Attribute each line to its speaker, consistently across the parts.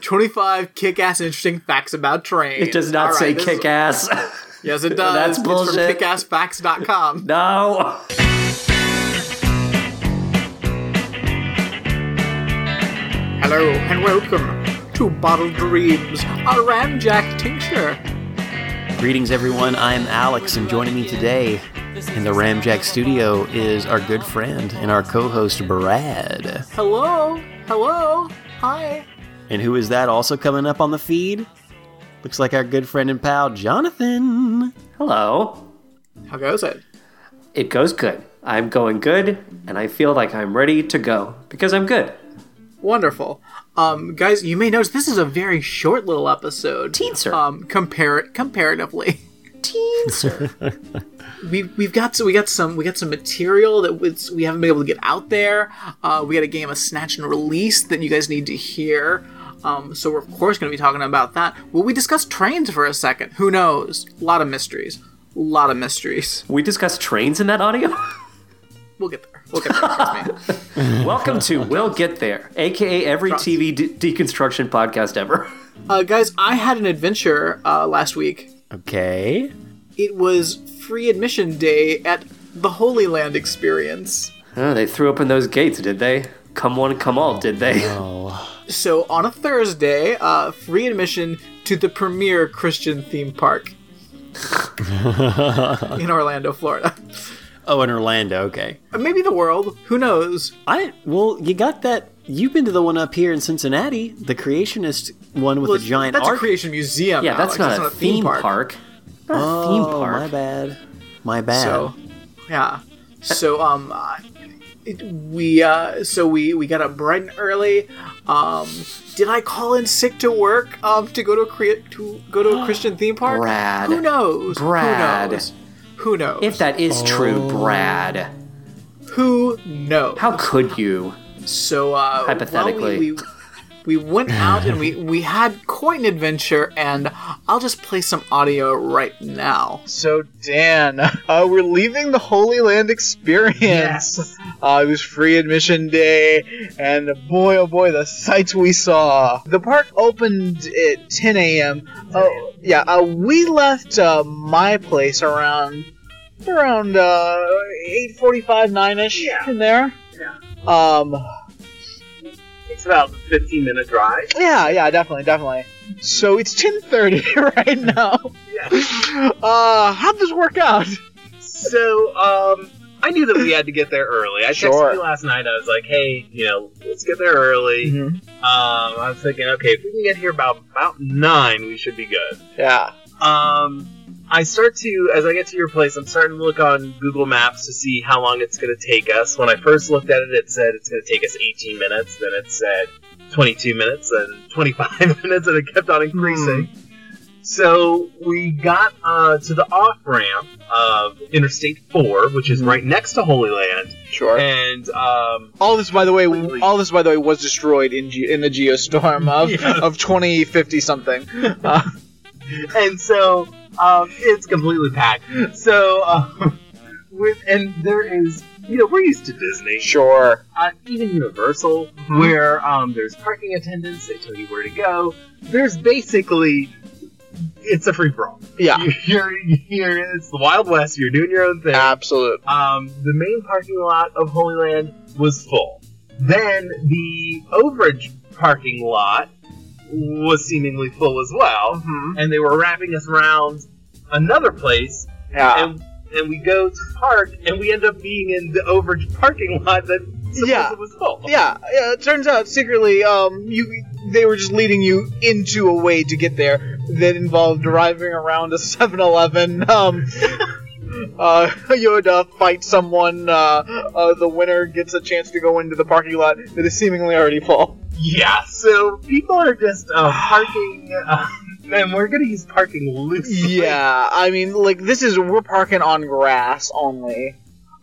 Speaker 1: 25 kick ass interesting facts about trains.
Speaker 2: It does not
Speaker 1: All
Speaker 2: say
Speaker 1: right, this is-
Speaker 2: kick ass.
Speaker 1: Yes, it does.
Speaker 2: That's bullshit.
Speaker 1: It's from kickassfacts.com.
Speaker 2: no.
Speaker 1: Hello and welcome to Bottled Dreams, a Ram Jack tincture.
Speaker 2: Greetings, everyone. I'm Alex, and joining me today in the Ramjack studio is our good friend and our co host, Brad.
Speaker 1: Hello, hello, hi.
Speaker 2: And who is that also coming up on the feed? Looks like our good friend and pal, Jonathan. Hello.
Speaker 1: How goes it?
Speaker 2: It goes good. I'm going good, and I feel like I'm ready to go because I'm good.
Speaker 1: Wonderful. Um, guys, you may notice this is a very short little episode.
Speaker 2: Teenser.
Speaker 1: Um, compare comparatively. We've, we've got so we got some we got some material that we, we haven't been able to get out there. Uh, we got a game of snatch and release that you guys need to hear. Um, so we're of course going to be talking about that. Will we discuss trains for a second? Who knows? A lot of mysteries. A lot of mysteries.
Speaker 2: we discussed trains in that audio.
Speaker 1: We'll get there. We'll get there. trust me.
Speaker 2: Welcome to We'll Get There, aka every TV de- deconstruction podcast ever.
Speaker 1: Uh, guys, I had an adventure uh, last week.
Speaker 2: Okay.
Speaker 1: It was free admission day at the Holy Land Experience.
Speaker 2: Oh, they threw open those gates, did they? Come one, come all, did they?
Speaker 1: So on a Thursday, uh, free admission to the premier Christian theme park in Orlando, Florida.
Speaker 3: Oh, in Orlando. Okay.
Speaker 1: Or Maybe the world. Who knows?
Speaker 3: I well, you got that. You've been to the one up here in Cincinnati, the creationist one with
Speaker 1: Well,
Speaker 3: the giant
Speaker 1: that's a
Speaker 3: arc.
Speaker 1: creation museum.
Speaker 2: Yeah, that's
Speaker 1: Alex.
Speaker 2: not, a theme park. Not a
Speaker 3: oh,
Speaker 2: theme park.
Speaker 3: my bad. My bad.
Speaker 1: So, yeah. So um, uh, it, we uh, so we we got up bright and early. Um, did I call in sick to work um to go to a crea- to go to a Christian theme park?
Speaker 2: Brad.
Speaker 1: who knows?
Speaker 2: Brad.
Speaker 1: who knows? Who knows?
Speaker 2: If that is true, Brad,
Speaker 1: who knows?
Speaker 2: how could you?
Speaker 1: So uh,
Speaker 2: Hypothetically.
Speaker 1: well, we, we, we went out and we we had quite an adventure, and I'll just play some audio right now. So Dan, uh, we're leaving the Holy Land Experience. Uh, it was free admission day, and boy, oh boy, the sights we saw. The park opened at 10 a.m. Oh, yeah, uh, we left uh, my place around around uh, 8:45, 9ish in there. Yeah. Um.
Speaker 4: It's about a 15 minute drive.
Speaker 1: Yeah, yeah, definitely, definitely. So it's 10:30 right now. Uh, how'd this work out?
Speaker 4: So, um, I knew that we had to get there early. I
Speaker 1: Sure.
Speaker 4: texted you last night. I was like, hey, you know, let's get there early. Um, I was thinking, okay, if we can get here about about nine, we should be good.
Speaker 1: Yeah.
Speaker 4: Um, I start to, as I get to your place, I'm starting to look on Google Maps to see how long it's going to take us. When I first looked at it, it said it's going to take us 18 minutes. Then it said 22 minutes and 25 minutes, and it kept on increasing. So we got uh, to the off ramp of Interstate 4, which is right next to Holy Land,
Speaker 1: Sure.
Speaker 4: and um,
Speaker 1: all this, by the way,
Speaker 4: Completely.
Speaker 1: all this, by the way, was destroyed in Ge- in the geostorm of
Speaker 4: Yes.
Speaker 1: of 2050 something.
Speaker 4: and so um, it's completely packed. So um, with and there is, you know, we're used to Disney.
Speaker 1: Sure.
Speaker 4: uh, even Universal,
Speaker 1: Mm-hmm.
Speaker 4: where um, there's parking attendants, they tell you where to go. There's basically it's a free for all.
Speaker 1: Yeah.
Speaker 4: You're, you're it's the Wild West. You're doing your own thing.
Speaker 1: Absolute.
Speaker 4: Um, the main parking lot of Holy Land was full. Then the overage parking lot was seemingly full as well,
Speaker 1: Mm-hmm.
Speaker 4: and they were wrapping us around another place
Speaker 1: Yeah.
Speaker 4: and and we go to park and we end up being in the overage parking lot that supposedly
Speaker 1: Yeah.
Speaker 4: was full.
Speaker 1: yeah, yeah. It turns out secretly, um, you they were just leading you into a way to get there that involved driving around a 7-Eleven. Um, uh, you had to fight someone. Uh, uh, the winner gets a chance to go into the parking lot that is seemingly already full.
Speaker 4: Yeah, so people are just uh, parking, uh, and we're gonna use parking loosely.
Speaker 1: Yeah, I mean, like this is we're parking on grass only.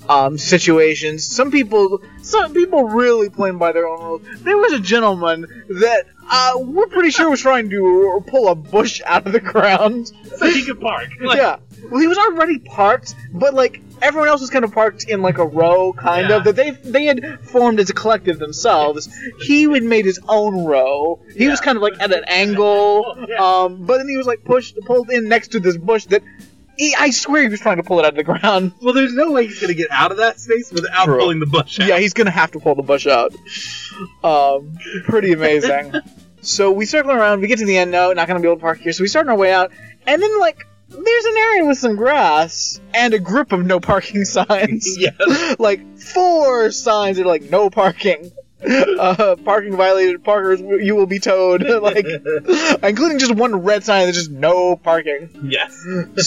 Speaker 1: um, situations. Some people, some people really playing by their own rules. There was a gentleman that uh, we're pretty sure was trying to pull a bush out of the ground.
Speaker 4: so he could park. Like,
Speaker 1: yeah. Well, he was already parked, but like everyone else was kind of parked in like a row, kind
Speaker 4: Yeah.
Speaker 1: of that they they had formed as a collective themselves. He had made his own row. He was
Speaker 4: Yeah.
Speaker 1: kind of like at an angle,
Speaker 4: Yeah.
Speaker 1: um, but then he was like pushed, pulled in next to this bush that. He, I swear he was trying to pull it out of the ground.
Speaker 4: Well, there's no way he's gonna get out of that space without
Speaker 1: True.
Speaker 4: pulling the bush out.
Speaker 1: Yeah, he's gonna have to pull the bush out. Um, pretty amazing. so we circle around, we get to the end. No, not gonna be able to park here. So we start on our way out, and then like there's an area with some grass and a group of no parking signs.
Speaker 4: Yeah.
Speaker 1: like four signs are like no parking. Uh, parking violated parkers, you will be towed. like, including just one red sign that's just no parking.
Speaker 4: yes.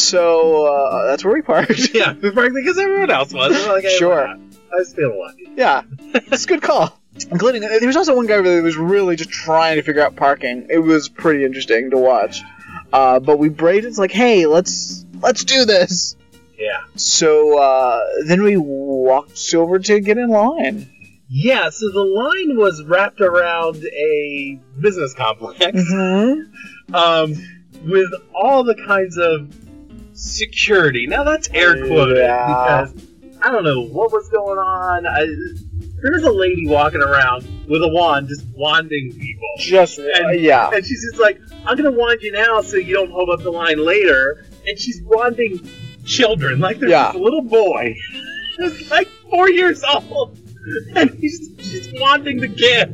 Speaker 1: So uh, that's where we parked.
Speaker 4: Yeah, because everyone else was. They're Like, hey,
Speaker 1: Sure.
Speaker 4: why not? I was feeling lucky.
Speaker 1: Yeah, it's a good call. Including there was also one guy that was really just trying to figure out parking. It was pretty interesting to watch. Uh, but we braved it. It's like, hey, let's let's do this.
Speaker 4: Yeah.
Speaker 1: So uh, then we walked over to get in line.
Speaker 4: Yeah, so the line was wrapped around a business complex
Speaker 1: Mm-hmm.
Speaker 4: um, with all the kinds of security. Now that's air quoted
Speaker 1: Yeah.
Speaker 4: because I don't know what was going on. I, there was a lady walking around with a wand, just wanding people.
Speaker 1: Just uh, yeah,
Speaker 4: And she's just like, I'm gonna wand you now so you don't hold up the line later. And she's wanding children. Like there's
Speaker 1: Yeah.
Speaker 4: this little boy who's like four years old. And he's she's wanding the kid.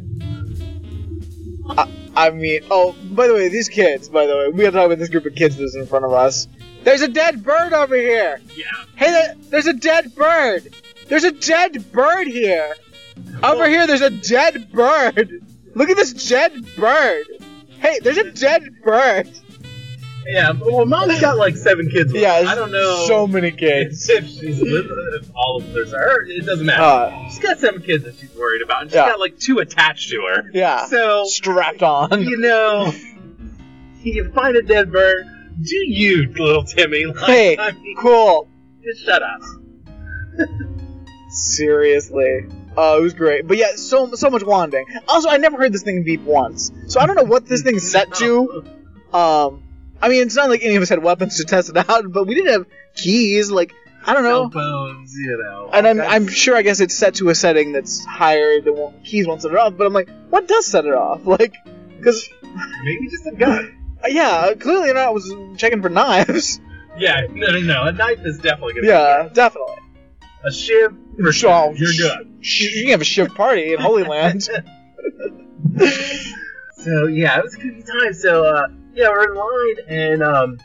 Speaker 1: I mean, oh, by the way, these kids. By the way, we gotta talk about this group of kids that's in front of us. There's a dead bird over here.
Speaker 4: Yeah.
Speaker 1: Hey, there, there's a dead bird. There's a dead bird here. Over
Speaker 4: Well-
Speaker 1: here, there's a dead bird. Look at this dead bird. Hey, there's a dead bird.
Speaker 4: Yeah. but- Well mom's got like seven kids with
Speaker 1: Yeah,
Speaker 4: her. I don't know
Speaker 1: So many kids.
Speaker 4: if she's with if all of those are her, it doesn't matter.
Speaker 1: Uh,
Speaker 4: she's got seven kids that she's worried about, and she's
Speaker 1: Yeah.
Speaker 4: got like two attached to her.
Speaker 1: yeah.
Speaker 4: So
Speaker 1: Strapped on.
Speaker 4: you know, you find a dead bird. Do you, little Timmy? Like,
Speaker 1: Hey.
Speaker 4: I mean,
Speaker 1: Cool.
Speaker 4: just shut up.
Speaker 1: Seriously. Oh, it was great. But yeah, so so much wanding. Also, I never heard this thing beep once, so I don't know what this thing's set to. Um, I mean, it's not like any of us had weapons to test it out, but we didn't have keys. Like, I don't know.
Speaker 4: Cell phones, you know.
Speaker 1: And I'm,
Speaker 4: That's-
Speaker 1: I'm sure I guess it's set to a setting that's higher than what keys won't set it off. But I'm like, what does set it off? Like, because
Speaker 4: maybe just a gun.
Speaker 1: yeah, clearly not. I was checking for knives.
Speaker 4: Yeah, no, no, no. A knife is definitely gonna.
Speaker 1: Yeah, definitely.
Speaker 4: Be a shiv for
Speaker 1: Oh,
Speaker 4: sure. You're good.
Speaker 1: Sh- You can have a shift party in Holy Land.
Speaker 4: So yeah, it was a good time. So uh, yeah, we're in line, and um,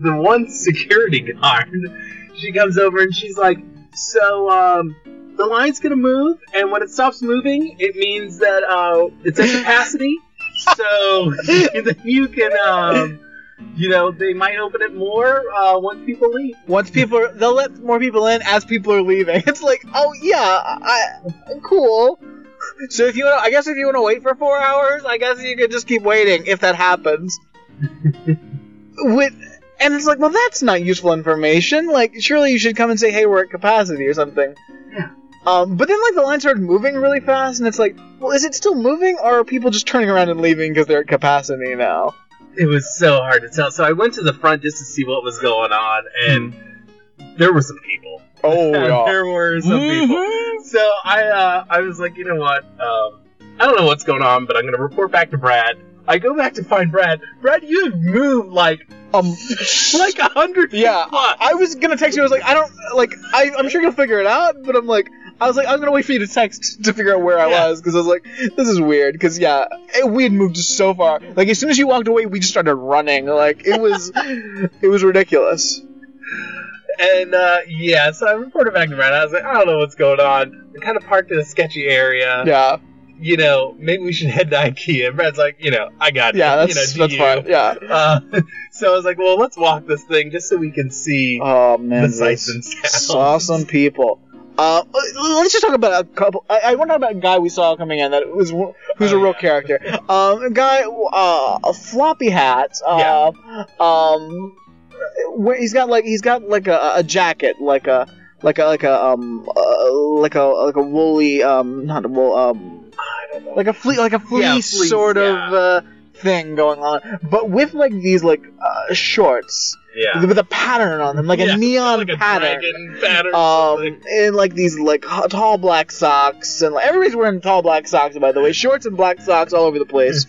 Speaker 4: the one security guard, she comes over and she's like, "So um, the line's gonna move, and when it stops moving, it means that uh, it's at capacity. so then you can, um, you know, they might open it more uh, once people leave."
Speaker 1: Once people are, they'll let more people in as people are leaving. It's like, oh yeah, I, cool. So if you, wanna, I guess if you want to wait for four hours, I guess you could just keep waiting if that happens. With, and it's like, well, that's not useful information. Like, surely you should come and say, hey, we're at capacity or something.
Speaker 4: Yeah.
Speaker 1: Um, but then like the line started moving really fast, and it's like, well, is it still moving, or are people just turning around and leaving because they're at capacity now?
Speaker 4: It was so hard to tell. So I went to the front just to see what was going on, and there were some people.
Speaker 1: Oh
Speaker 4: there were some people.
Speaker 1: Mm-hmm.
Speaker 4: So I, uh, I was like, you know what? Um, I don't know what's going on, but I'm gonna report back to Brad. I go back to find Brad. Brad, you have moved like
Speaker 1: Um,
Speaker 4: like a hundred.
Speaker 1: Yeah,
Speaker 4: plus.
Speaker 1: I was gonna text you. I was like, I don't like. I, I'm sure you'll figure it out, but I'm like, I was like, I'm gonna wait for you to text to figure out where I
Speaker 4: Yeah.
Speaker 1: was because I was like, this is weird. Because yeah, it, we had moved so far. Like as soon as you walked away, we just started running. Like it was, it was ridiculous.
Speaker 4: And uh, yeah, so I reported back to Brad. I was like, I don't know what's going on. We kind of parked in a sketchy area.
Speaker 1: Yeah,
Speaker 4: You know, maybe we should head to IKEA. And Brad's like, you know, I got it.
Speaker 1: yeah,
Speaker 4: you
Speaker 1: that's
Speaker 4: know, do
Speaker 1: that's
Speaker 4: you.
Speaker 1: fine. Yeah.
Speaker 4: Uh, so I was like, well, let's walk this thing just so we can see
Speaker 1: Oh man,
Speaker 4: the
Speaker 1: this-
Speaker 4: sights and sounds.
Speaker 1: saw some people. Uh, let's just talk about a couple. I, I want to talk about a guy we saw coming in that was who's
Speaker 4: Oh,
Speaker 1: a real
Speaker 4: yeah.
Speaker 1: character. Um, a guy, uh, a floppy hat. Uh, Um, where he's got like he's got like a, a jacket, like a like a like a um uh, like a like a woolly um not a wool um I don't know. like a flea like a flea
Speaker 4: Yeah, fleece,
Speaker 1: sort of
Speaker 4: yeah.
Speaker 1: uh, thing going on, but with like these like uh, shorts
Speaker 4: Yeah.
Speaker 1: with a pattern on them, like
Speaker 4: Yeah,
Speaker 1: a neon
Speaker 4: like a
Speaker 1: pattern.
Speaker 4: dragon pattern. or
Speaker 1: Um,
Speaker 4: something.
Speaker 1: and like these like h- tall black socks, and like, everybody's wearing tall black socks. By the way, shorts and black socks all over the place.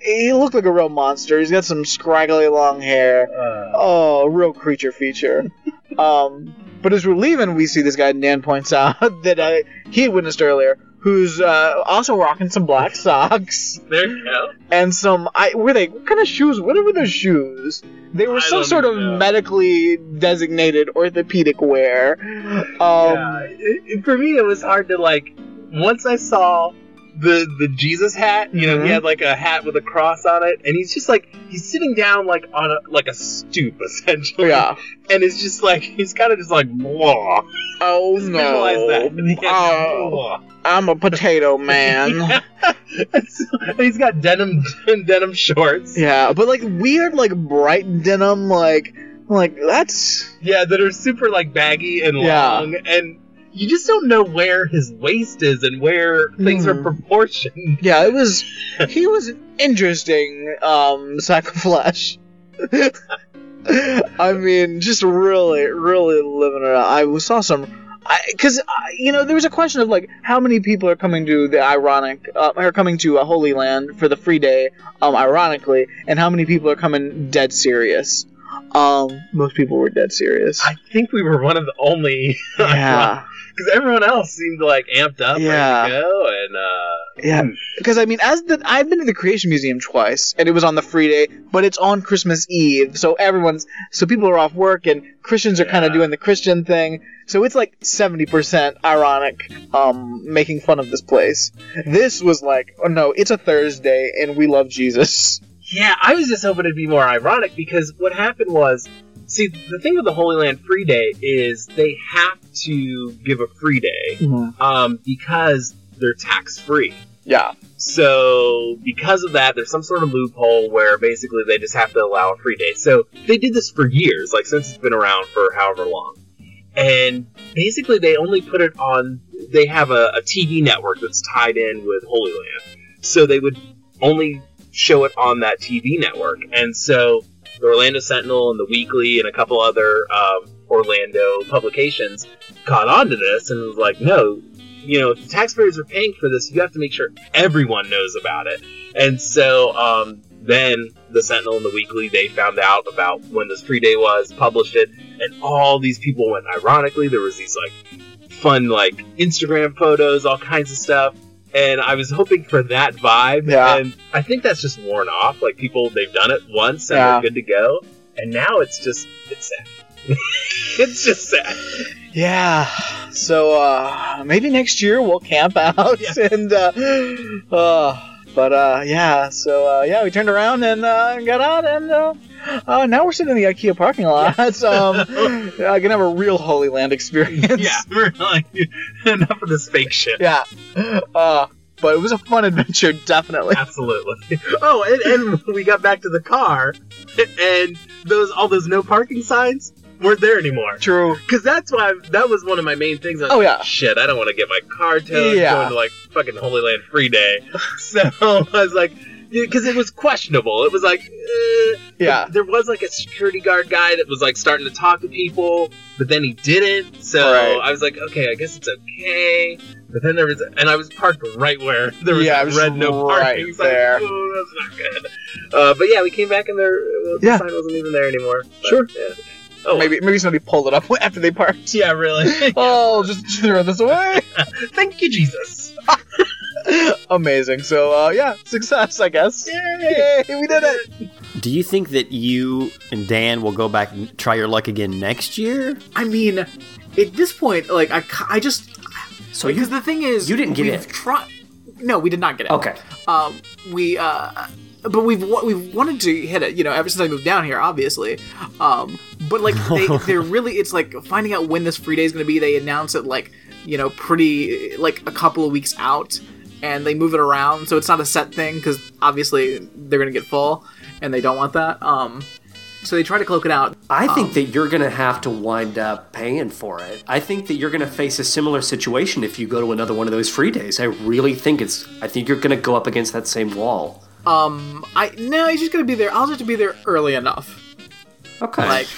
Speaker 1: he looked like a real monster. He's got some scraggly long hair.
Speaker 4: Uh,
Speaker 1: Oh, real creature feature. um, but as we're leaving, we see this guy Dan points out that uh, he had witnessed earlier, who's uh, also rocking some black socks
Speaker 4: there you go.
Speaker 1: and some. I were they what kind of shoes? What were those shoes? They were
Speaker 4: I
Speaker 1: some
Speaker 4: don't
Speaker 1: sort of
Speaker 4: know.
Speaker 1: medically designated orthopedic wear. Um,
Speaker 4: yeah. It, it- for me, it was hard to like. Once I saw the the Jesus hat, you know,
Speaker 1: Mhm.
Speaker 4: he had like a hat with a cross on it, and he's just like he's sitting down like on a like a stoop essentially.
Speaker 1: yeah.
Speaker 4: And it's just like he's kind of just like blah.
Speaker 1: Oh
Speaker 4: Just visualize that.
Speaker 1: no!
Speaker 4: And he has
Speaker 1: Oh,
Speaker 4: blah.
Speaker 1: I'm a potato man.
Speaker 4: and so- and he's got denim denim shorts.
Speaker 1: Yeah, but like weird, like bright denim, like like that's
Speaker 4: Yeah, that are super like baggy and
Speaker 1: Yeah.
Speaker 4: long, and you just don't know where his waist is and where things are
Speaker 1: Mhm.
Speaker 4: proportioned.
Speaker 1: yeah. It was he was an interesting um sack of flesh. I mean, just really, really living it. Up. I saw some, because you know there was a question of like how many people are coming to the ironic uh, are coming to uh, Holy Land for the free day, um, ironically, and how many people are coming dead serious. Um, most people were dead serious.
Speaker 4: I think we were one of the only,
Speaker 1: yeah.
Speaker 4: because everyone else seemed like amped up,
Speaker 1: Yeah.
Speaker 4: ready to go, and uh,
Speaker 1: Yeah, because I mean, as the I've been to the Creation Museum twice, and it was on the free day, but it's on Christmas Eve, so everyone's so people are off work, and Christians are kind of
Speaker 4: Yeah.
Speaker 1: doing the Christian thing, so it's like seventy percent ironic, um, making fun of this place. This was like, oh no, it's a Thursday, and we love Jesus.
Speaker 4: yeah, I was just hoping it'd be more ironic because what happened was, see, the thing with the Holy Land Free Day is they have to give a free day um, because they're tax free.
Speaker 1: Yeah,
Speaker 4: So because of that, there's some sort of loophole where basically they just have to allow a free day. So they did this for years, like since it's been around for however long. And basically they only put it on they have a, a TV network that's tied in with Holy Land. So they would only show it on that TV network. And so the Orlando Sentinel and the Weekly and a couple other um, Orlando publications caught on to this and was like, no, you know, if the taxpayers are paying for this, you have to make sure everyone knows about it. And so um, then the Sentinel and the Weekly, they found out about when this free day was, published it, and all these people went. Ironically, there was these like fun like Instagram photos, all kinds of stuff. And I was hoping for that vibe,
Speaker 1: Yeah.
Speaker 4: and I think that's just worn off. Like people, they've done it once and
Speaker 1: Yeah.
Speaker 4: they're good to go, and now it's just it's sad. it's just sad.
Speaker 1: yeah. So uh, maybe next year we'll camp out
Speaker 4: Yeah.
Speaker 1: and. Uh, uh, but uh, yeah, so uh, yeah, we turned around and uh, got out, and uh, uh, now we're sitting in the IKEA parking lot. um, I can have a real Holy Land experience.
Speaker 4: yeah, we're like enough of this fake shit.
Speaker 1: yeah. Uh, but it was a fun adventure, definitely.
Speaker 4: Absolutely. Oh, and, and we got back to the car, and those all those no parking signs weren't there anymore.
Speaker 1: True.
Speaker 4: Because that's why that was one of my main things. I was
Speaker 1: Oh
Speaker 4: like,
Speaker 1: yeah.
Speaker 4: Shit, I don't want to get my car towed
Speaker 1: Yeah.
Speaker 4: going to like fucking Holy Land Free Day. So I was like, because it was questionable. It was like, eh,
Speaker 1: Yeah.
Speaker 4: There was like a security guard guy that was like starting to talk to people, but then he didn't. So
Speaker 1: Right.
Speaker 4: I was like, okay, I guess it's okay. But then there was, and I was parked right where there was
Speaker 1: Yeah,
Speaker 4: a
Speaker 1: I was
Speaker 4: red no
Speaker 1: right
Speaker 4: parking. sign.
Speaker 1: there.
Speaker 4: Oh, that's not good. Uh, but yeah, we came back and there, the
Speaker 1: Yeah.
Speaker 4: sign wasn't even there anymore. But,
Speaker 1: Sure.
Speaker 4: Yeah. Oh,
Speaker 1: Maybe maybe somebody pulled it up after they parked.
Speaker 4: Yeah, really.
Speaker 1: Oh, just throw this away.
Speaker 4: Thank you, Jesus.
Speaker 1: Amazing. So uh, yeah, success, I guess. Yay, we did it.
Speaker 3: Do you think that you and Dan will go back and try your luck again next year?
Speaker 1: I mean, at this point, like I, ca- I just
Speaker 2: So Oh, you,
Speaker 1: because the thing is,
Speaker 2: you didn't get
Speaker 1: we've
Speaker 2: it. Oh.
Speaker 1: tri- no, we did not get it.
Speaker 2: okay?
Speaker 1: Um, we uh, but we've wa- we've wanted to hit it. You know, ever since I moved down here, obviously. Um, but like they they're really it's like finding out when this free day is going to be. They announce it like you know pretty like a couple of weeks out, and they move it around so it's not a set thing because obviously they're going to get full, and they don't want that. Um. So they try to cloak it out.
Speaker 5: I think that you're going to have to wind up paying for it. I think that you're going to face a similar situation if you go to another one of those free days. I really think it's. I think you're going to go up against that same wall.
Speaker 1: I no, he's just gonna be there. I'll just have to be there early enough.
Speaker 5: Okay.
Speaker 1: Like,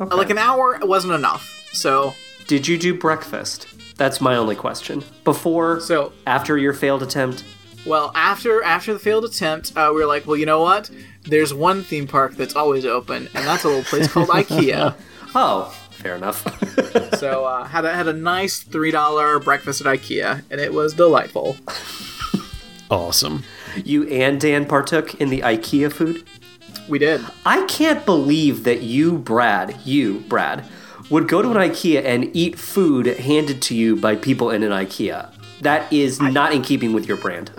Speaker 5: Okay.
Speaker 1: like an hour wasn't enough. So
Speaker 5: Did you do breakfast? That's my only question. Before,
Speaker 1: So-
Speaker 5: after your failed attempt.
Speaker 1: Well, after after the failed attempt, uh, we were like, well, you know what? There's one theme park that's always open, and that's a little place called IKEA.
Speaker 5: Oh, fair enough.
Speaker 1: So uh, had a, had a nice three dollar breakfast at IKEA, and it was delightful.
Speaker 2: Awesome.
Speaker 5: you and Dan partook in the IKEA food.
Speaker 1: We did.
Speaker 5: I can't believe that you, Brad, you, Brad, would go to an IKEA and eat food handed to you by people in an IKEA. That is not in keeping with your brand.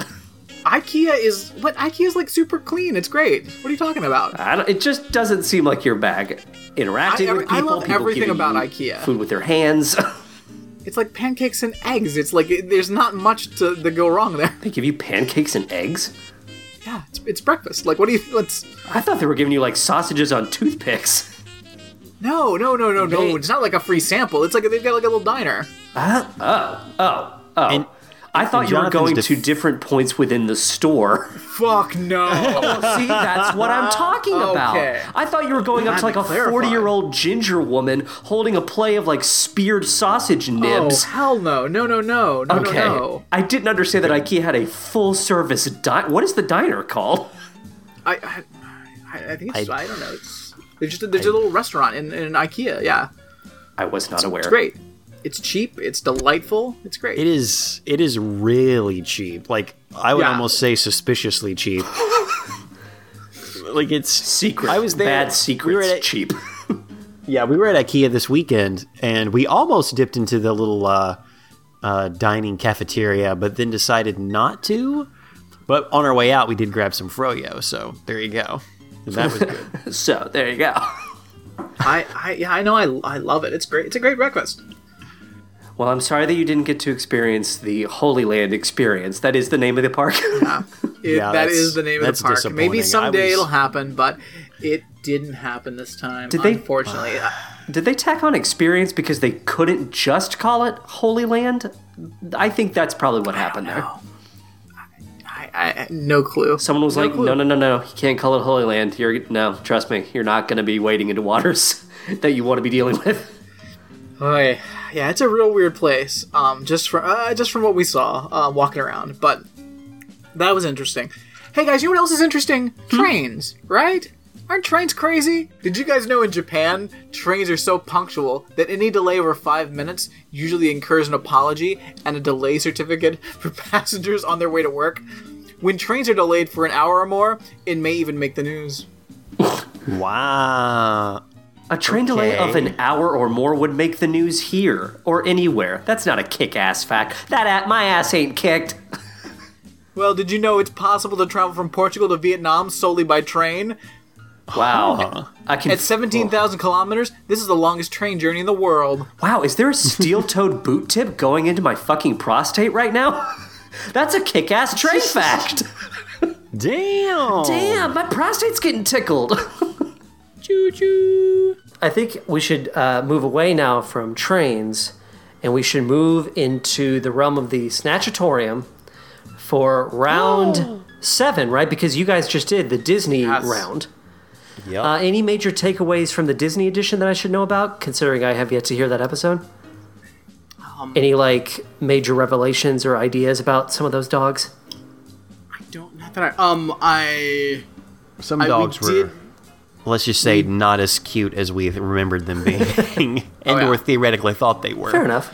Speaker 1: IKEA is what IKEA is like super clean. It's great. What are you talking about?
Speaker 5: I don't, it just doesn't seem like your bag. Interacting
Speaker 1: I-
Speaker 5: with
Speaker 1: I
Speaker 5: people,
Speaker 1: love
Speaker 5: people
Speaker 1: everything
Speaker 5: giving
Speaker 1: about
Speaker 5: you
Speaker 1: IKEA.
Speaker 5: Food with their hands.
Speaker 1: It's like pancakes and eggs. It's like it, there's not much to, to go wrong there.
Speaker 5: they give you pancakes and eggs.
Speaker 1: Yeah, it's, it's breakfast. Like what do you? Let's
Speaker 5: I thought they were giving you like sausages on toothpicks.
Speaker 1: no no no no
Speaker 5: They-
Speaker 1: no. It's not like a free sample. It's like they've got like a little diner. Uh-huh.
Speaker 5: Uh, oh, oh, oh.
Speaker 2: And-
Speaker 5: I thought
Speaker 2: and
Speaker 5: you were
Speaker 2: Jonathan's
Speaker 5: going
Speaker 2: def-
Speaker 5: to different points within the store.
Speaker 1: Fuck no.
Speaker 5: See, that's what I'm talking about.
Speaker 1: Okay.
Speaker 5: I thought you were going up to like a
Speaker 1: clarify.
Speaker 5: 40 year old ginger woman holding a play of like speared sausage nibs.
Speaker 1: Oh hell no! No no no no
Speaker 5: okay.
Speaker 1: no no!
Speaker 5: I didn't understand that IKEA had a full service diner. What is the diner called?
Speaker 1: I I, I- I think it's, I,
Speaker 2: I-
Speaker 1: don't know. It's there's just a, there's a little restaurant in, in IKEA. Yeah,
Speaker 5: I was not aware.
Speaker 1: it's great. It's cheap. It's delightful. It's great.
Speaker 2: It is it is really cheap. Like I would
Speaker 1: Yeah.
Speaker 2: almost say suspiciously cheap. like it's
Speaker 5: Secret.
Speaker 2: I was there.
Speaker 5: Bad
Speaker 2: We were
Speaker 5: secrets.
Speaker 2: at-
Speaker 5: cheap.
Speaker 2: Yeah, we were at IKEA this weekend, and we almost dipped into the little uh, uh, dining cafeteria, but then decided not to. But on our way out, we did grab some froyo, so there you go. That was good.
Speaker 5: so there you go.
Speaker 1: I, I yeah I know I, I love it. It's great. It's a great breakfast.
Speaker 5: Well, I'm sorry that you didn't get to experience the Holy Land experience. That is the name of the park.
Speaker 1: It,
Speaker 2: Yeah,
Speaker 1: that
Speaker 2: that's-
Speaker 1: is the name of
Speaker 2: that's
Speaker 1: the park.
Speaker 2: disappointing. I
Speaker 1: Maybe someday
Speaker 2: was-
Speaker 1: it'll happen, but it didn't happen this time.
Speaker 5: Did they-
Speaker 1: unfortunately. I-
Speaker 5: Did they tack on experience because they couldn't just call it Holy Land? I think that's probably what happened there.
Speaker 1: I, I, no clue.
Speaker 5: Someone was like,
Speaker 1: clue.
Speaker 5: "No, no, no, no! You can't call it Holy Land. You're no, trust me, you're not going to be wading into waters that you want to be dealing with."
Speaker 1: Oy. Yeah, it's a real weird place. Um, just from uh, just from what we saw uh, walking around, but that was interesting. Hey guys, you know what else is interesting? Trains, right? Aren't trains crazy? Did you guys know in Japan trains are so punctual that any delay over five minutes usually incurs an apology and a delay certificate for passengers on their way to work? When trains are delayed for an hour or more, it may even make the news.
Speaker 2: Wow.
Speaker 5: A train delay of
Speaker 2: Okay.
Speaker 5: an hour or more would make the news here or anywhere. That's not a kick-ass fact. That at my ass ain't kicked.
Speaker 1: Well, did you know it's possible to travel from Portugal to Vietnam solely by train?
Speaker 5: Wow, I can.
Speaker 1: At 17,000 kilometers, this is the longest train journey in the world.
Speaker 5: Wow, is there a steel-toed boot tip going into my fucking prostate right now? That's a kick-ass train fact.
Speaker 2: Damn.
Speaker 5: Damn, my prostate's getting tickled. choo choo.
Speaker 6: I think we should uh, move away now from trains and we should move into the realm of the Snatchatorium for round seven, right? Because you guys just did the Disney round.
Speaker 2: Yep.
Speaker 6: Uh, any major takeaways from the Disney edition that I should know about, considering I have yet to hear that episode? any like major revelations or ideas about some of those dogs?
Speaker 1: I don't know that I. Um, I.
Speaker 2: Some
Speaker 1: I- we
Speaker 2: dogs were,
Speaker 1: did-
Speaker 2: let's just say, not as cute as we remembered them being, and
Speaker 1: Oh, yeah.
Speaker 2: or theoretically thought they were.
Speaker 6: Fair enough.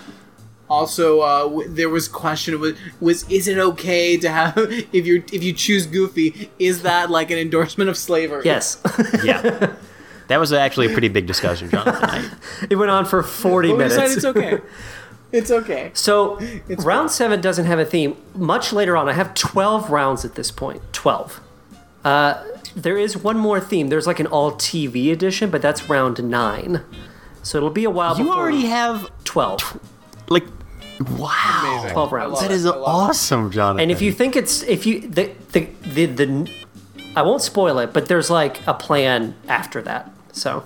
Speaker 1: Also, uh, w- there was question was, was is it okay to have if you if you choose Goofy is that like an endorsement of slavery?
Speaker 6: Yes.
Speaker 2: Yeah. That was actually a pretty big discussion, Jonathan. I-
Speaker 6: it went on for 40
Speaker 1: But we
Speaker 6: minutes.
Speaker 1: decided it's okay. it's okay.
Speaker 6: So round seven doesn't have a theme. Much later on, I have twelve rounds at this point. Twelve. Uh, there is one more theme. There's like an all TV edition, but that's round nine. So it'll be a while.
Speaker 2: You
Speaker 6: before
Speaker 2: already have
Speaker 6: twelve.
Speaker 2: like, wow.
Speaker 6: Twelve rounds.
Speaker 2: That is awesome, Jonathan.
Speaker 6: And if you think it's if you the the the, the I won't spoil it, but there's like a plan after that.
Speaker 5: So,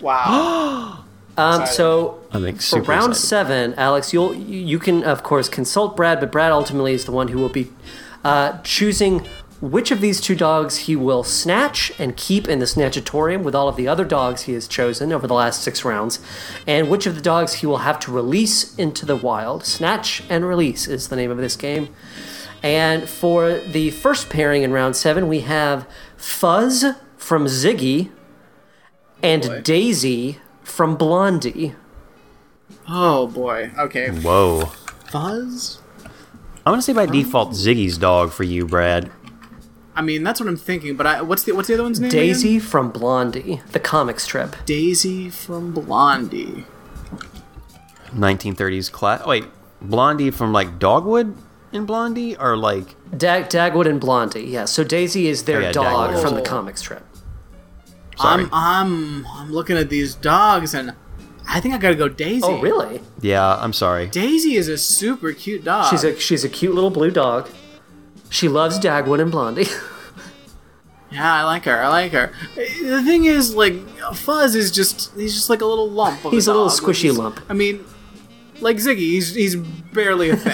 Speaker 1: Wow.
Speaker 5: um, so
Speaker 2: I'm like
Speaker 5: for
Speaker 2: super
Speaker 5: round
Speaker 2: excited.
Speaker 5: seven, Alex, you'll you you can of course consult Brad, but Brad ultimately is the one who will be uh, choosing which of these two dogs he will snatch and keep in the snatchatorium with all of the other dogs he has chosen over the last six rounds, and which of the dogs he will have to release into the wild. Snatch and release is the name of this game. And for the first pairing in round seven, we have Fuzz from Ziggy and Daisy from Blondie.
Speaker 1: Oh boy. Okay.
Speaker 2: Whoa.
Speaker 1: Fuzz.
Speaker 2: I'm gonna say by default Ziggy's dog for you, Brad.
Speaker 1: I mean, that's what I'm thinking. But I, what's the what's the other one's name? again?
Speaker 5: Daisy from Blondie, the comic strip.
Speaker 1: Daisy from Blondie.
Speaker 2: 1930s class. Oh, wait, Blondie from like Dogwood in Blondie, or like
Speaker 5: Dag- Dagwood and Blondie, yeah. So Daisy is their
Speaker 2: Oh, yeah,
Speaker 5: dog
Speaker 2: Dagwood.
Speaker 5: from the
Speaker 1: Oh.
Speaker 5: comic strip.
Speaker 2: sorry,
Speaker 1: I'm I'm I'm looking at these dogs and I think I gotta go Daisy.
Speaker 5: Oh, really?
Speaker 2: yeah, I'm sorry.
Speaker 1: Daisy is a super cute dog.
Speaker 5: She's a she's a cute little blue dog. She loves Dagwood and Blondie.
Speaker 1: yeah, I like her. I like her. The thing is, like Fuzz is just he's just like a little lump. Of
Speaker 5: He's a little
Speaker 1: dog.
Speaker 5: squishy
Speaker 1: He's-
Speaker 5: lump.
Speaker 1: I mean, like Ziggy, he's he's barely a thing.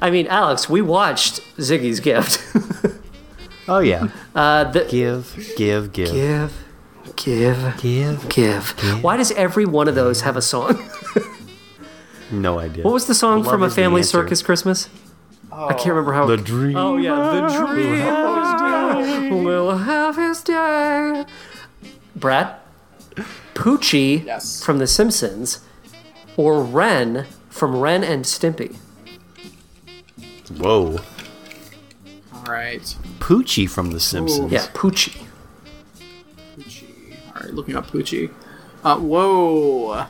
Speaker 5: I mean, Alex, we watched Ziggy's Gift.
Speaker 2: Oh yeah,
Speaker 5: Uh, the,
Speaker 2: give, give, give, give,
Speaker 5: give, give,
Speaker 2: give.
Speaker 5: give. Why does every one of those have a song?
Speaker 2: No idea.
Speaker 5: What was the song
Speaker 2: Love
Speaker 5: from A
Speaker 2: is the
Speaker 5: Family
Speaker 2: answer.
Speaker 5: Circus Christmas? I can't remember how.
Speaker 2: the
Speaker 5: it
Speaker 2: dream?
Speaker 5: Oh yeah, the dream will have his day. Brad, Poochie
Speaker 1: Yes.
Speaker 5: from The Simpsons, or Ren from Ren and Stimpy.
Speaker 2: Whoa,
Speaker 1: All right.
Speaker 2: Poochie from The Simpsons.
Speaker 5: Yeah, Poochie.
Speaker 1: Poochie. All right, looking up Poochie. Uh, whoa.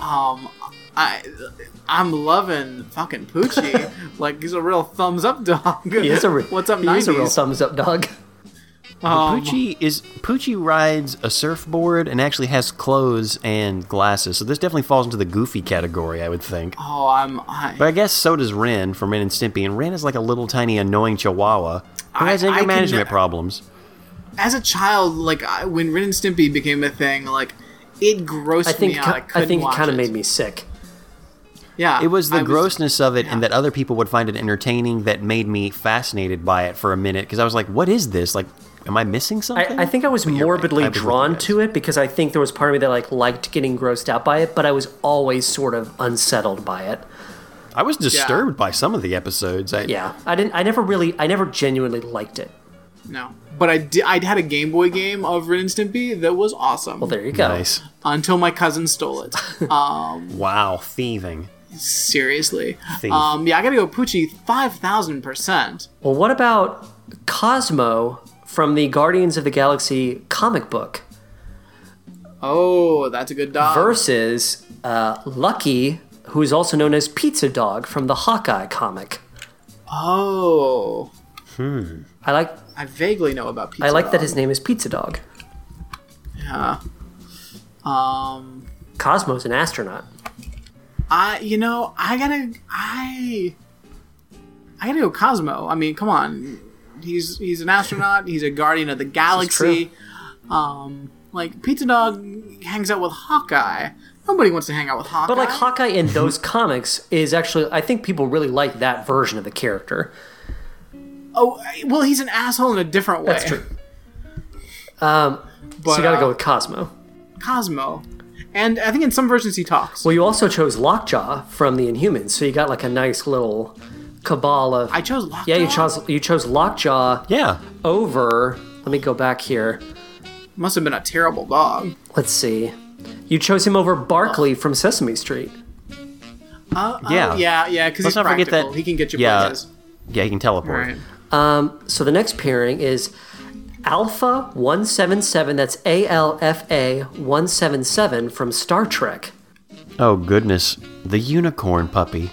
Speaker 1: Um, I I'm loving fucking Poochie. like he's a real thumbs up dog.
Speaker 5: He is a re-
Speaker 1: What's up,
Speaker 5: He is a real
Speaker 1: 90s?
Speaker 5: thumbs up dog.
Speaker 1: Um,
Speaker 2: Poochie is Poochie rides a surfboard and actually has clothes and glasses, so this definitely falls into the goofy category, I would think.
Speaker 1: Oh, I'm. I,
Speaker 2: But I guess so does Ren from Ren and Stimpy, and Ren is like a little tiny annoying chihuahua who
Speaker 1: I-
Speaker 2: has anger
Speaker 1: I can-
Speaker 2: management problems.
Speaker 1: as a child, like I, when Ren and Stimpy became a thing, like it grossed
Speaker 5: I think
Speaker 1: me out. I,
Speaker 5: ki- I think it
Speaker 1: kind of
Speaker 5: made me sick.
Speaker 1: Yeah,
Speaker 2: It was the
Speaker 1: I
Speaker 2: grossness of it, and
Speaker 1: yeah.
Speaker 2: that other people would find it entertaining, that made me fascinated by it for a minute because I was like, "What is this? Like, am I missing something?"
Speaker 5: I, I think I was
Speaker 2: But you're right.
Speaker 5: morbidly
Speaker 2: I was with you
Speaker 5: drawn
Speaker 2: guys.
Speaker 5: to it because I think there was part of me that like liked getting grossed out by it, but I was always sort of unsettled by it.
Speaker 2: I was disturbed by some of the episodes. I,
Speaker 5: Yeah, I didn't. I never really. I never genuinely liked it.
Speaker 1: No, but I did. I had a Game Boy game of Ren and Stimpy that was awesome
Speaker 5: Well, there you go.
Speaker 2: nice.
Speaker 1: until my cousin stole it.
Speaker 2: Wow, thieving.
Speaker 1: Seriously.
Speaker 2: Thief.
Speaker 1: Um, yeah, I gotta go Poochie 5,000%.
Speaker 5: Well, what about Cosmo from the Guardians of the Galaxy comic book
Speaker 1: Oh, that's a good dog.
Speaker 5: versus uh, Lucky, who is also known as Pizza Dog from the Hawkeye comic?
Speaker 1: oh,
Speaker 5: I like.
Speaker 1: I vaguely know about pizza.
Speaker 5: I like that
Speaker 1: dog.
Speaker 5: his name is Pizza Dog.
Speaker 1: Yeah. Um,
Speaker 5: Cosmo's an astronaut.
Speaker 1: I, you know, I gotta, I, I gotta go Cosmo. I mean, come on. He's, he's an astronaut. He's a guardian of the galaxy. Um, like pizza dog hangs out with Hawkeye. Nobody wants to hang out with Hawkeye.
Speaker 5: But like Hawkeye in those comics is actually, I think people really like that version of the character.
Speaker 1: oh, well, he's an asshole in a different way.
Speaker 5: That's true. Um, so you got to
Speaker 1: uh,
Speaker 5: go with Cosmo.
Speaker 1: Cosmo. And I think in some versions he talks.
Speaker 5: Well, you also chose Lockjaw from the Inhumans, so you got like a nice little cabal of.
Speaker 1: I chose Lockjaw.
Speaker 5: yeah, you chose you chose Lockjaw
Speaker 2: Yeah,
Speaker 5: over. Let me go back here.
Speaker 1: Must have been a terrible dog.
Speaker 5: Let's see. You chose him over Barkley from Sesame Street.
Speaker 1: Uh, uh,
Speaker 2: Yeah.
Speaker 1: yeah, yeah. Because
Speaker 2: Let's
Speaker 1: he's
Speaker 2: not forget
Speaker 1: practical.
Speaker 2: that-
Speaker 1: he can get you
Speaker 2: yeah.
Speaker 1: places.
Speaker 2: yeah, he can
Speaker 1: All
Speaker 2: teleport.
Speaker 1: right.
Speaker 5: Um, so the next pairing is Alpha One Seven Seven. That's A L F A One Seven Seven from Star Trek.
Speaker 2: Oh goodness, the unicorn puppy.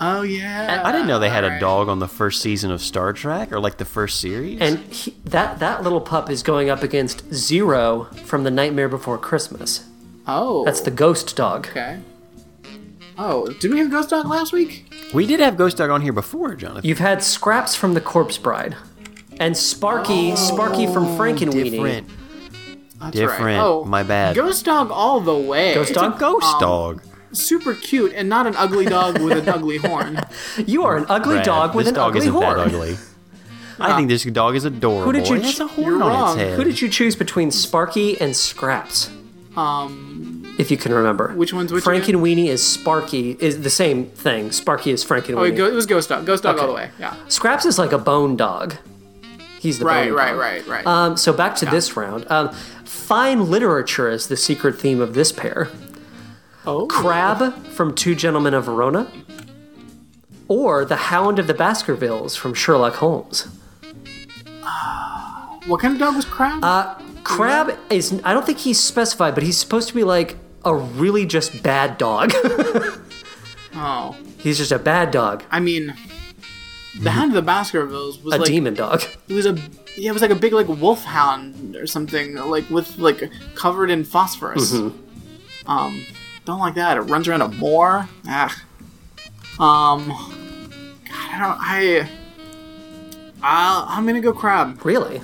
Speaker 1: Oh yeah.
Speaker 2: I didn't know they had a
Speaker 1: Alright.
Speaker 2: dog on the first season of Star Trek or like the first series.
Speaker 5: And he, that that little pup is going up against Zero from The Nightmare Before Christmas.
Speaker 1: Oh,
Speaker 5: That's the ghost dog.
Speaker 1: okay. Oh, did we have Ghost Dog last week?
Speaker 2: we did have Ghost Dog on here before, Jonathan.
Speaker 5: You've had scraps from the Corpse Bride, and Sparky, Sparky from Frankenweenie.
Speaker 2: Different.
Speaker 1: That's Oh,
Speaker 2: Different. My bad.
Speaker 1: Ghost dog all the way.
Speaker 5: Ghost
Speaker 2: a
Speaker 5: dog?
Speaker 2: ghost dog.
Speaker 1: Super cute and not an ugly dog with an ugly horn.
Speaker 5: You are an ugly
Speaker 2: Brad,
Speaker 5: dog with
Speaker 2: this
Speaker 5: an
Speaker 2: dog
Speaker 5: ugly
Speaker 2: isn't
Speaker 5: horn.
Speaker 2: that ugly. I think this dog is adorable.
Speaker 5: Who did you
Speaker 2: It has
Speaker 5: ch-
Speaker 2: a horn
Speaker 1: You're
Speaker 2: on
Speaker 1: wrong.
Speaker 2: its head.
Speaker 5: Who did you choose between Sparky and Scraps?
Speaker 1: Um,
Speaker 5: If you can remember,
Speaker 1: Which one's which
Speaker 5: Frank
Speaker 1: again?
Speaker 5: and Weenie is Sparky is the same thing. Sparky is Frank and
Speaker 1: oh,
Speaker 5: Weenie.
Speaker 1: it, go- it was ghost dog. Ghost dog all the way. Yeah.
Speaker 5: Scraps is like a bone dog. He's the
Speaker 1: Right,
Speaker 5: bone
Speaker 1: right,
Speaker 5: dog.
Speaker 1: right, right.
Speaker 5: Um, so back to this round. Um, fine literature is the secret theme of this pair.
Speaker 1: oh.
Speaker 5: Crab from Two Gentlemen of Verona, or The Hound of the Baskervilles from Sherlock Holmes.
Speaker 1: What kind of dog was Crab?
Speaker 5: uh, Crab is, I don't think he's specified, but he's supposed to be like a really just bad dog.
Speaker 1: oh.
Speaker 5: he's just a bad dog,
Speaker 1: I mean,
Speaker 2: Mm-hmm.
Speaker 1: the Hound of the Baskervilles was
Speaker 5: a
Speaker 1: like
Speaker 5: demon dog.
Speaker 1: it was a yeah, it was like a big like wolfhound or something like with like covered in phosphorus.
Speaker 5: Mm-hmm.
Speaker 1: Um, don't like that. It runs around a moor. Ah. Um, God, I don't. I. I'll, I'm gonna go crab.
Speaker 5: Really?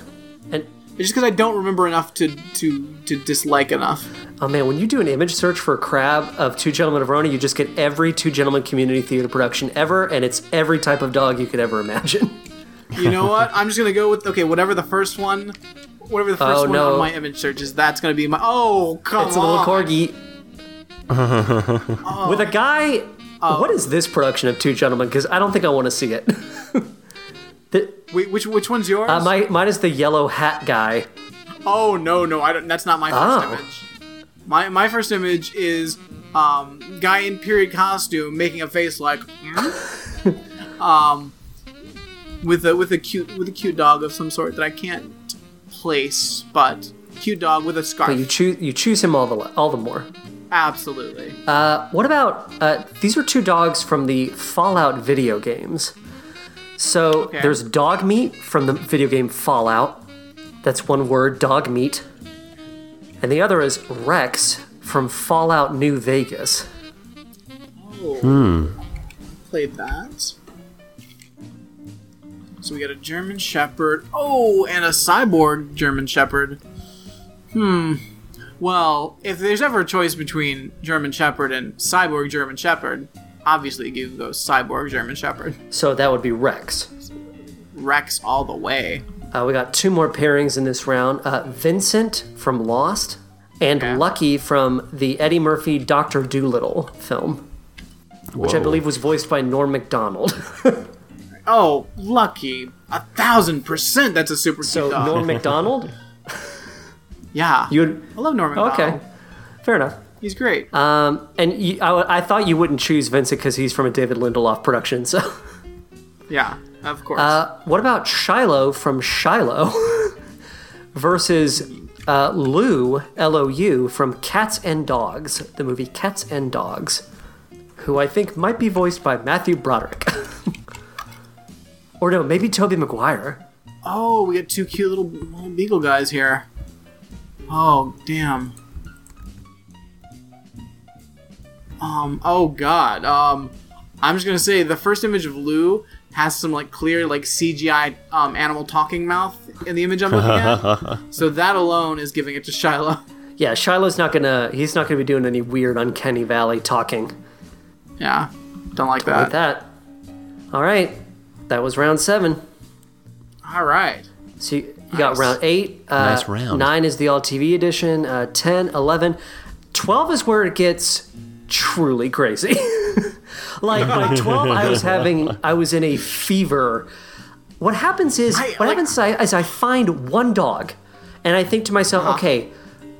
Speaker 5: And
Speaker 1: It's just because I don't remember enough to to to dislike enough.
Speaker 5: oh man, when you do an image search for crab of Two Gentlemen of Verona, you just get every Two Gentlemen Community Theater production ever, and it's every type of dog you could ever imagine.
Speaker 1: You know what? I'm just gonna go with okay, whatever the first one, whatever the first
Speaker 5: Oh,
Speaker 1: one
Speaker 5: no.
Speaker 1: on my image search is. That's gonna be my. Oh come
Speaker 5: It's a
Speaker 1: on!
Speaker 5: little corgi. With a guy.
Speaker 1: Oh.
Speaker 5: What is this production of Two Gentlemen? Because I don't think I want to see it. The-
Speaker 1: Wait, which which one's yours?
Speaker 5: uh, my, mine is the yellow hat guy.
Speaker 1: Oh no, no, I don't. That's not my first
Speaker 5: Oh.
Speaker 1: image. My my first image is um, guy in period costume making a face like, "Hmm?" um, with a with a cute with a cute dog of some sort that I can't place, but cute dog with a scarf.
Speaker 5: But you choose you choose him all the le- all the more.
Speaker 1: Absolutely.
Speaker 5: Uh, what about uh, these are two dogs from the Fallout video games. So
Speaker 1: Okay.
Speaker 5: there's dog meat from the video game Fallout. That's one word, dog meat. And the other is Rex from Fallout New Vegas.
Speaker 1: Oh. Played that. So we got a German Shepherd. Oh, and a cyborg German Shepherd. Hmm. Well, if there's ever a choice between German Shepherd and cyborg German Shepherd, obviously you go cyborg German Shepherd.
Speaker 5: So that would be Rex.
Speaker 1: Rex all the way.
Speaker 5: Uh, we got two more pairings in this round uh, Vincent from Lost and Lucky from the Eddie Murphy Doctor Doolittle film, which I
Speaker 2: Whoa.
Speaker 5: believe was voiced by Norm MacDonald.
Speaker 1: Oh, lucky. A thousand percent that's a super cute
Speaker 5: so
Speaker 1: dog.
Speaker 5: Norm MacDonald?
Speaker 1: yeah.
Speaker 5: You would.
Speaker 1: I love Norman.
Speaker 5: Okay. Fair enough.
Speaker 1: He's great.
Speaker 5: Um, and you, I, I thought you wouldn't choose Vincent because he's from a David Lindelof production. So,
Speaker 1: yeah, of course.
Speaker 5: uh, what about Shiloh from Shiloh versus uh, Lou L O U from Cats and Dogs, the movie Cats and Dogs, who I think might be voiced by Matthew Broderick, or no, maybe Toby Maguire.
Speaker 1: Oh, we got two cute little, little beagle guys here. Oh, damn. Um, oh god. Um, I'm just gonna say the first image of Lou has some like clear like CGI um, animal talking mouth in the image I'm looking at. So that alone is giving it to Shiloh.
Speaker 5: Yeah, Shiloh's not gonna. He's not gonna be doing any weird uncanny valley talking.
Speaker 1: Yeah, don't like
Speaker 5: Like
Speaker 1: that.
Speaker 5: that. All right, that was round seven.
Speaker 1: All right.
Speaker 5: So you you got
Speaker 1: Nice.
Speaker 5: round eight. Uh,
Speaker 2: Nice round.
Speaker 5: Nine is the all TV edition. Uh, 10, 11. 12 is where it gets truly crazy. like by 12, I was having, I was in a fever. What happens is,
Speaker 1: I-
Speaker 5: what
Speaker 1: like-
Speaker 5: happens is I, is I find one dog and I think to myself, okay,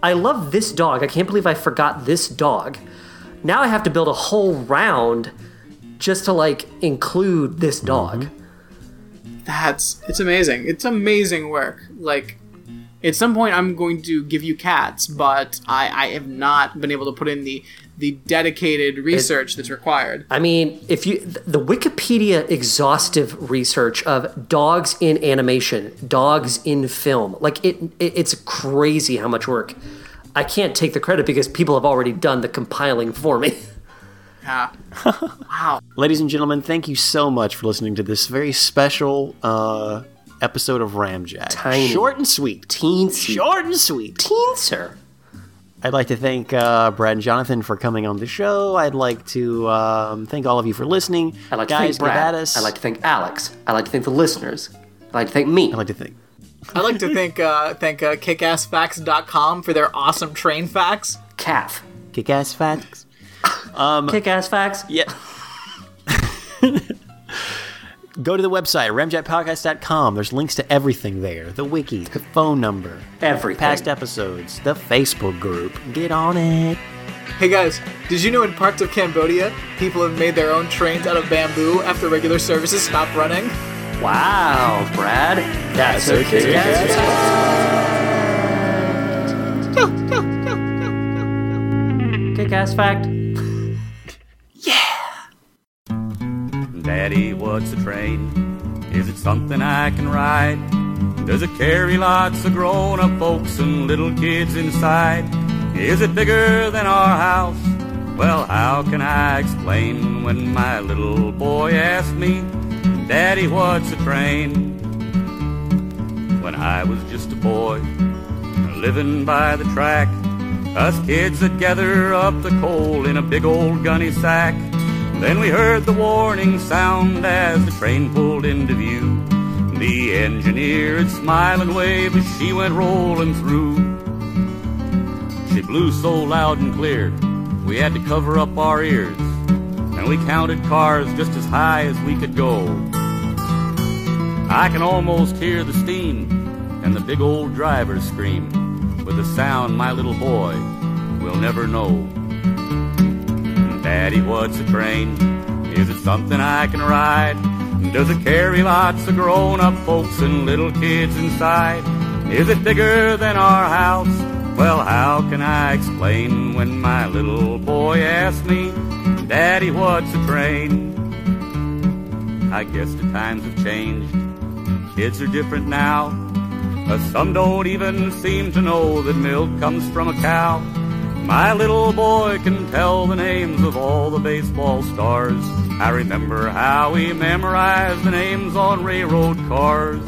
Speaker 5: I love this dog. I can't believe I forgot this dog. Now I have to build a whole round just to like include this dog.
Speaker 2: Mm-hmm.
Speaker 1: That's it's amazing. It's amazing work. Like at some point I'm going to give you cats, but I, I have not been able to put in the the dedicated research that's required.
Speaker 5: I mean, if you th- the Wikipedia exhaustive research of dogs in animation, dogs in film, like it, it it's crazy how much work. I can't take the credit because people have already done the compiling for me.
Speaker 1: Yeah.
Speaker 2: Ladies and gentlemen, thank you so much for listening to this very special uh, episode of Ramjack.
Speaker 7: Tiny.
Speaker 2: Short and sweet.
Speaker 7: Teen sweet.
Speaker 2: Short and sweet.
Speaker 7: Teen, sir.
Speaker 2: I'd like to thank uh, Brad and Jonathan for coming on the show. I'd like to um, thank all of you for listening.
Speaker 7: I'd like
Speaker 2: Guys,
Speaker 7: to thank Brad.
Speaker 2: Gavatis.
Speaker 7: I'd like to thank Alex. I'd like to thank the listeners. I'd like to thank me.
Speaker 2: I'd like to thank.
Speaker 1: I'd like to thank uh, thank uh, kickassfacts.com for their awesome train facts.
Speaker 7: Calf.
Speaker 2: Kick ass facts.
Speaker 5: Kick ass facts.
Speaker 2: Yeah. Go to the website, ramjackpodcast.com. There's links to everything there the wiki, the phone number,
Speaker 7: Everything.
Speaker 2: past episodes, the Facebook group. Get on it.
Speaker 1: Hey guys, did you know in parts of Cambodia, people have made their own trains out of bamboo after regular services stop running?
Speaker 7: Wow, Brad. That's okay.
Speaker 5: Kick ass fact.
Speaker 8: Daddy, what's a train? Is it something I can ride? Does it carry lots of grown up folks and little kids inside? Is it bigger than our house? Well, how can I explain when my little boy asked me, Daddy, what's a train? When I was just a boy, living by the track, us kids that gather up the coal in a big old gunny sack. Then we heard the warning sound as the train pulled into view. The engineer had smile and wave as she went rolling through. She blew so loud and clear, we had to cover up our ears. And we counted cars just as high as we could go. I can almost hear the steam and the big old driver scream with a sound my little boy will never know. Daddy, what's a train? Is it something I can ride? Does it carry lots of grown up folks and little kids inside? Is it bigger than our house? Well, how can I explain when my little boy asked me, Daddy, what's a train? I guess the times have changed. Kids are different now. Uh, Some don't even seem to know that milk comes from a cow. My little boy can tell the names of all the baseball stars. I remember how he memorized the names on railroad cars.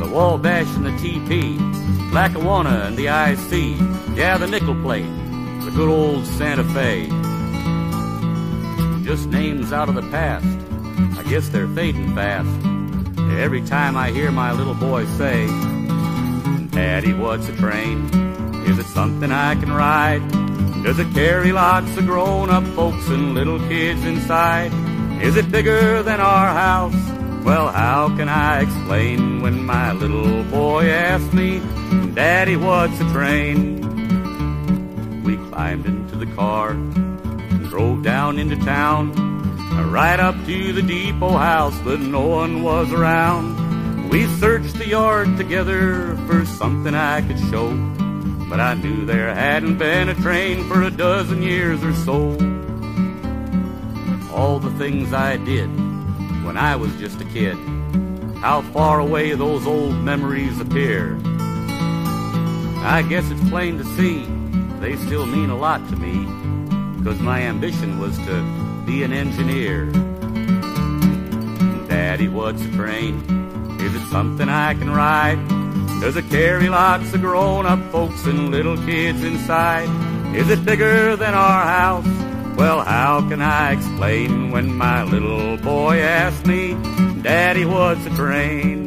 Speaker 8: The Wabash and the TP, Lackawanna and the IC, yeah, the nickel plate, the good old Santa Fe. Just names out of the past. I guess they're fading fast. Every time I hear my little boy say, Daddy, what's a train? Is it something I can ride? Does it carry lots of grown up folks and little kids inside? Is it bigger than our house? Well, how can I explain when my little boy asked me, Daddy, what's a train? We climbed into the car and drove down into town. Right up to the depot house, but no one was around. We searched the yard together for something I could show, but I knew there hadn't been a train for a dozen years or so. All the things I did when I was just a kid, how far away those old memories appear. I guess it's plain to see they still mean a lot to me, because my ambition was to be an engineer. Daddy, what's a train? Is it something I can ride? Does it carry lots of grown up folks and little kids inside? Is it bigger than our house? Well, how can I explain when my little boy asked me, Daddy, what's a train?